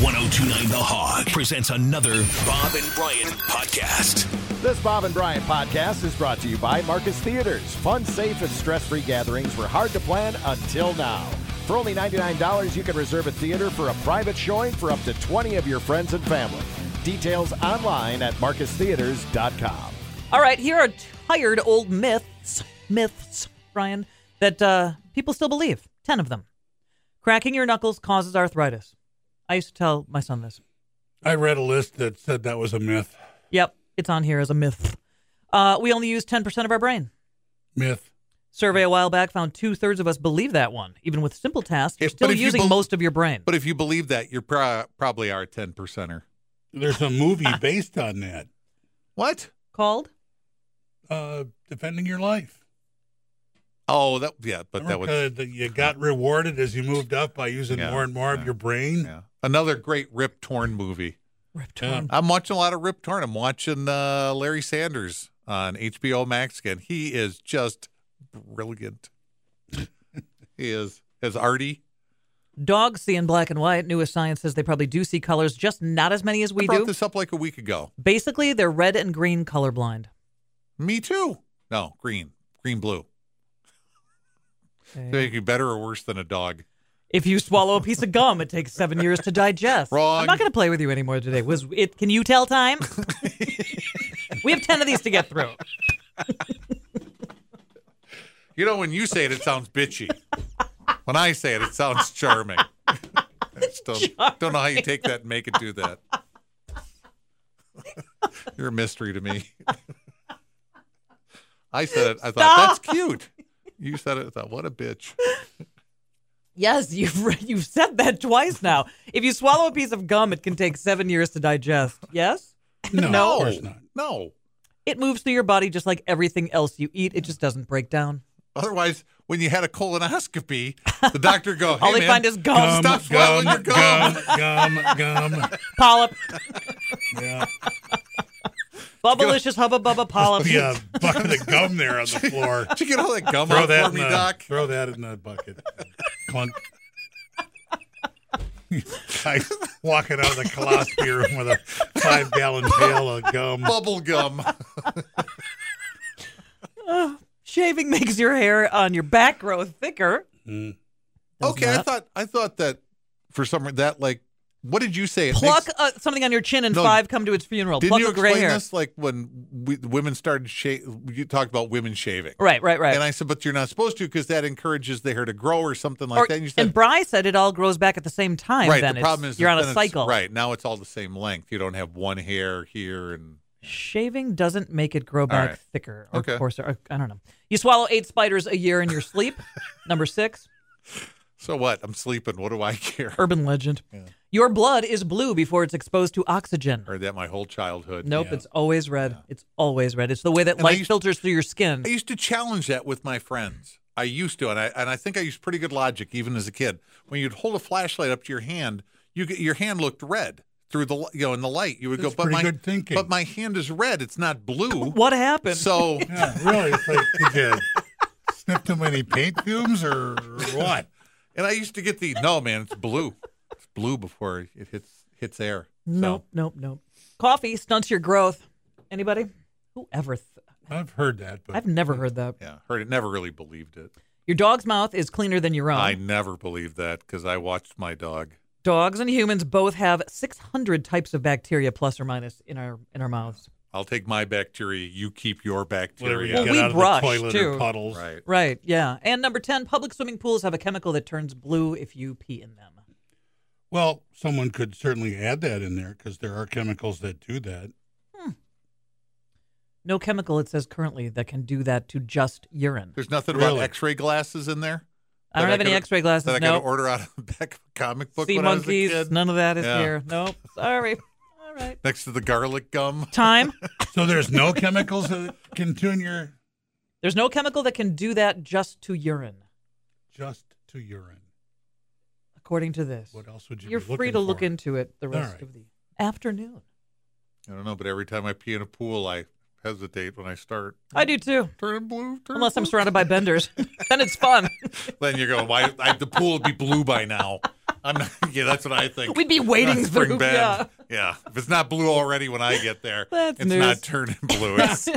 1029 The Hog presents another Bob and Brian podcast. This Bob and Brian podcast is brought to you by Marcus Theaters. Fun, safe, and stress free gatherings were hard to plan until now. For only $99, you can reserve a theater for a private showing for up to 20 of your friends and family. Details online at marcustheaters.com. All right, here are tired old myths, myths, Brian, that uh, people still believe. Ten of them. Cracking your knuckles causes arthritis. I used to tell my son this. I read a list that said that was a myth. Yep, it's on here as a myth. Uh, we only use 10% of our brain. Myth. Survey a while back found two thirds of us believe that one. Even with simple tasks, you're If- still but if you using bel- most of your brain. But if you believe that, you pro- probably are a 10 percenter. There's a movie based on that. What? Called? Uh, defending your life. Oh, that yeah, but that Remember, was uh, that you got rewarded as you moved up by using Yeah, more and more of yeah, your brain. yeah. another great Rip Torn movie. Ripped one. I'm watching a lot of Rip Torn. I'm watching uh, Larry Sanders on HBO Max again. He is just brilliant. he is as Artie. Dogs see in black and white. Newest science says they probably do see colors, just not as many as I we brought do. this up like a week ago. Basically, they're red and green colorblind. Me too. No, green, green, blue. Okay. They make you better or worse than a dog. If you swallow a piece of gum, it takes seven years to digest. Wrong. I'm not going to play with you anymore today. Was it? Can you tell time? we have ten of these to get through. You know, when you say it, it sounds bitchy. when I say it, it sounds charming. I just don't, don't know how you take that and make it do that. You're a mystery to me. I said it. I thought that's cute. You said it. I thought, what a bitch. Yes, you've re- you've said that twice now. If you swallow a piece of gum, it can take seven years to digest. Yes, No, No. of course not. No. it moves through your body just like everything else you eat. It just doesn't break down. Otherwise, when you had a colonoscopy, the doctor go, hey, All they man, find is gum, Gum, Oh, Stop swallowing your gum. gum, gum, gum. polyp, Yeah, bubblicious hubba bubba Oh, polyp. yeah. Bucket of gum there on the floor. Did you get all that gum Throw out that for in me, the, doc? Throw that in the bucket. Clunk. I walking out of the coloscopy room with a five gallon pail of gum. Bubble gum. Shaving makes your hair on your back grow thicker. Mm. Does okay, I not. thought I thought that for some reason that like what did you say? It Pluck makes- uh, something on your chin and No, five come to its funeral. didn't Pluck you a gray explain hair. this like when we, women started shaving? You talked about women shaving, Right, right, right. and I said, but you're not supposed to because that encourages the hair to grow or something like Or- that. And you said, Bry said it all grows back at the same time. right. Then The problem It's- is you're on that a then it's- cycle. Right now, it's all the same length. You don't have one hair here, and Shaving doesn't make it grow back right. thicker or Okay. coarser. or- I don't know. You swallow eight spiders a year in your sleep. Number six, so what? I'm sleeping. What do I care? urban legend. Your blood is blue before it's exposed to oxygen. Heard that my whole childhood. Nope, Yeah. it's always red. It's always red. It's the way that And I light used- filters through your skin. I used to challenge that with my friends. I used to, and I and I think I used pretty good logic even as a kid. When you'd hold a flashlight up to your hand, you get- your hand looked red through the li- you know in the light. You would That's go, but pretty my good thinking." but my hand is red. It's not blue. What happened? so Yeah, really. It's like, did you sniff too many paint fumes or what? and I used to get the no man, it's blue. It's blue before it hits hits air. nope, nope, nope. Coffee stunts your growth. Anybody? Whoever? Th- I've heard that, but I've never heard that. So, Mm-hmm. yeah, heard it. Never really believed it. Your dog's mouth is cleaner than your own. Uh-huh. I never believed that because I watched my dog. Dogs and humans both have 600 types of bacteria, plus or minus, in our in our mouths. I'll take my bacteria. You keep your whatever you bacteria. Well, get we out of brush, the toilet too. or puddles. Right. Right. Yeah. And number 10, public swimming pools have a chemical that turns blue if you pee in them. Well, someone could certainly add that in there because there are chemicals that do that. No chemical, it says currently, that can do that to just urine. There's nothing about Really? X-ray glasses in there. I don't that have any could- X-ray glasses. that I no. got to order out of the back of a comic book sea when monkeys. I was a kid. None of that is Yeah. here. Nope. Sorry. All right. Next to the garlic gum. Time. So there's no chemicals that can tune your There's no chemical that can do that just to urine, just to urine. according to this. What else would you? You're be free looking to look for? into it the All rest right. of the afternoon. I don't know, but every time I pee in a pool, I hesitate when I start. I do too. Turn blue. Turn Unless I'm blue. surrounded by benders, then it's fun. Then you're going. Why? I, the pool would be blue by now. I'm not, yeah, that's what I think. We'd be wading Not spring through, bend. yeah. yeah. If it's not blue already when I get there, That's it's news. not turning blue. It's